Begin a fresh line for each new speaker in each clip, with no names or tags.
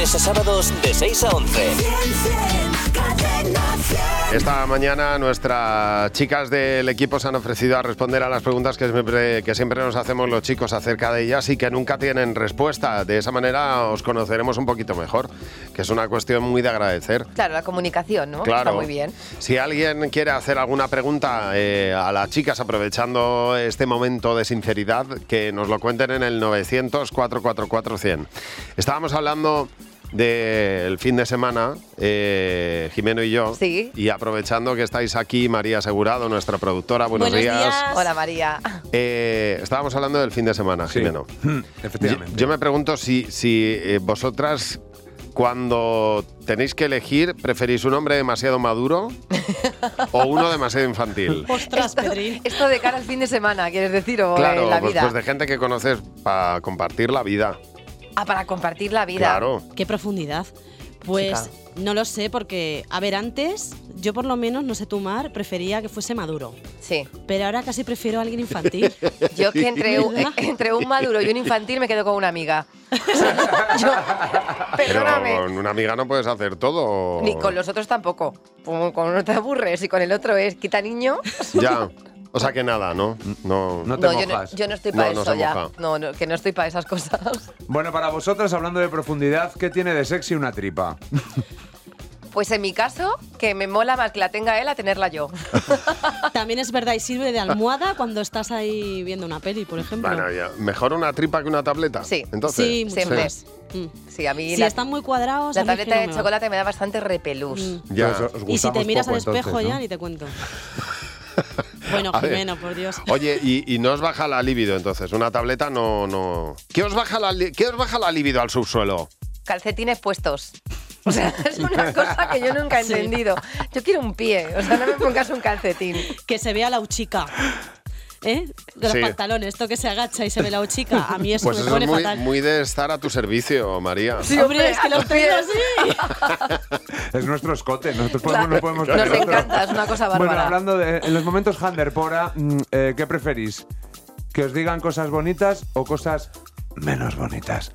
a sábados de 6 a 11.
Esta mañana nuestras chicas del equipo se han ofrecido a responder a las preguntas que siempre, que siempre nos hacemos los chicos acerca de ellas y que nunca tienen respuesta. De esa manera os conoceremos un poquito mejor, que es una cuestión muy de agradecer.
Claro, la comunicación, ¿no?
Claro.
Está muy bien.
Si alguien quiere hacer alguna pregunta eh, a las chicas aprovechando este momento de sinceridad, que nos lo cuenten en el 900 444 100. Estábamos hablando del fin de semana, eh, Jimeno y yo,
Sí.
y aprovechando que estáis aquí, María Asegurado, nuestra productora, buenos,
Buenos Hola, María.
Eh, estábamos hablando del fin de semana, Jimeno. Yo,
Efectivamente.
yo me pregunto si, si eh, vosotras, cuando tenéis que elegir, preferís un hombre demasiado maduro o uno demasiado infantil.
Ostras, Esto de cara al fin de semana, quieres decir, o
Claro,
en la
pues,
vida.
pues de gente que conoces para compartir la vida.
Ah, para compartir la vida.
Claro.
Qué profundidad. Pues no lo sé, porque, a ver, antes yo por lo menos, no sé tu mar, prefería que fuese maduro.
Sí.
Pero ahora casi prefiero a alguien infantil.
Yo que entre un, eh, entre un maduro y un infantil me quedo con una amiga. Yo- perdóname.
Pero con una amiga no puedes hacer todo.
Ni con los otros tampoco. Con con uno te aburres y con el otro es quita niño.
Ya. O sea que nada, ¿no? No,
No te
yo, no,
mojas.
yo no estoy para
No, no
eso
se
ya.
moja.
No, no, que no estoy para esas cosas.
Bueno, para vosotros, hablando de profundidad, ¿qué tiene de sexy una tripa?
Pues en mi caso, que me mola más que la tenga él a tenerla yo.
También es verdad y sirve de almohada cuando estás ahí viendo una peli, por ejemplo.
Bueno, ya. Mejor una tripa que una tableta.
Sí.
Entonces,
sí, mucho
siempre.
más. Mm.
Sí, a mí
Si
la,
están muy cuadrados,
la
a mí es que
tableta
no
de
me va.
chocolate me da bastante repelús.
Mm.
Ya.
Pues os
Y si te
gustamos
miras
poco,
al espejo
entonces,
ya,
¿no?
ni te cuento. Bueno,
A ver.
Jimeno, por Dios.
Oye, y, y no os baja la libido entonces. Una tableta no. no... ¿Qué, os baja la li- ¿Qué os baja la libido al subsuelo?
Calcetines puestos. O sea, es una cosa que yo nunca he
Sí.
entendido. Yo quiero un pie, o sea, no me pongas un calcetín.
Que se vea la uchica. ¿Eh? De los
Sí.
pantalones, esto que se agacha y se ve la uchica. A mí eso
Pues
me
eso
pone
es muy,
fatal.
muy de estar a tu servicio, María.
Sí,
Hombre, es que
a
lo
los
estoy
pies.
así.
Es nuestro escote, nosotros podemos,
Claro.
no podemos
Nos
tener otro.
encanta, es una cosa
Bueno,
bárbara.
hablando de en los momentos Handerpora, eh, ¿qué preferís? ¿Que os digan cosas bonitas o cosas menos bonitas?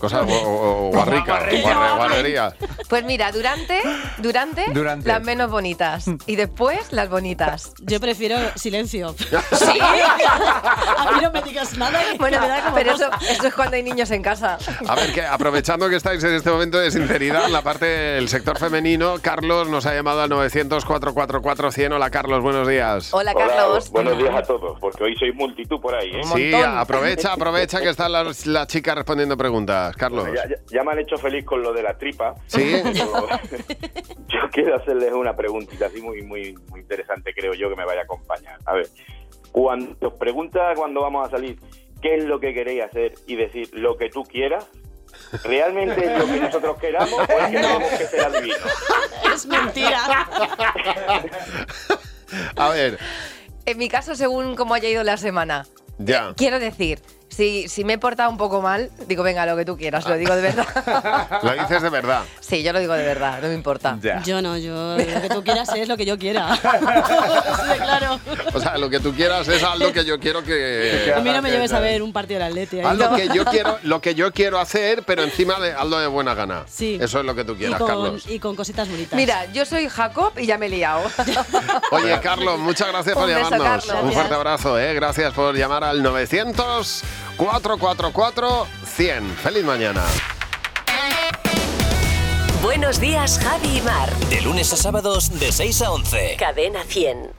Cosas gu- o- o guarricas, guarre- guarrerías.
Pues mira, durante, durante,
Durante.
las menos bonitas y después las bonitas.
Yo prefiero silencio.
Sí.
A mí no me digas nada. que
Bueno,
me da como
pero eso,
cosa.
eso es cuando hay niños en casa.
A ver, que aprovechando que estáis en este momento de sinceridad, en la parte del sector femenino, Carlos nos ha llamado al 900 444 100 Hola, Carlos, buenos días.
Hola,
Hola,
Carlos.
buenos días a todos, porque hoy sois multitud por ahí, ¿eh?
Un
Sí,
montón.
aprovecha, aprovecha que están las, las chicas respondiendo preguntas, Carlos.
Ya, ya- ya me han hecho feliz con lo de la tripa.
Sí.
Pero yo quiero hacerles una preguntita así muy, muy, muy interesante, creo yo, que me vaya a acompañar. A ver, cuando os pregunta cuando vamos a salir qué es lo que queréis hacer y decir lo que tú quieras, ¿realmente es lo que nosotros queramos o es que queremos que sea divino?
Es mentira.
A ver,
En mi caso, según cómo haya ido la semana.
ya.
Quiero decir, si, si me he portado un poco mal, digo, venga, lo que tú quieras, lo digo de verdad.
Lo dices de verdad.
sí, yo lo digo de verdad, no me importa.
Ya.
Yo no, yo lo que tú quieras es lo que yo quiera. Así de claro.
O sea, lo que tú quieras es haz lo que yo quiero que.
A mí no me lleves a ver un partido del Atleti. ahí.
Haz lo que yo quiero, lo que yo quiero hacer, pero encima de, hazlo de buena gana.
Sí.
Eso es lo que tú
y
quieras,
con,
Carlos.
y con cositas bonitas.
Mira, yo soy Jacob y ya me he liado.
Oye, Carlos, muchas gracias
Un
por
beso,
llamarnos.
Carlos.
Un fuerte abrazo, ¿eh? Gracias por llamar al 900 444 100. Feliz mañana.
Buenos días, Javi y Mar.
De lunes a sábados de 6 a 11.
Cadena 100.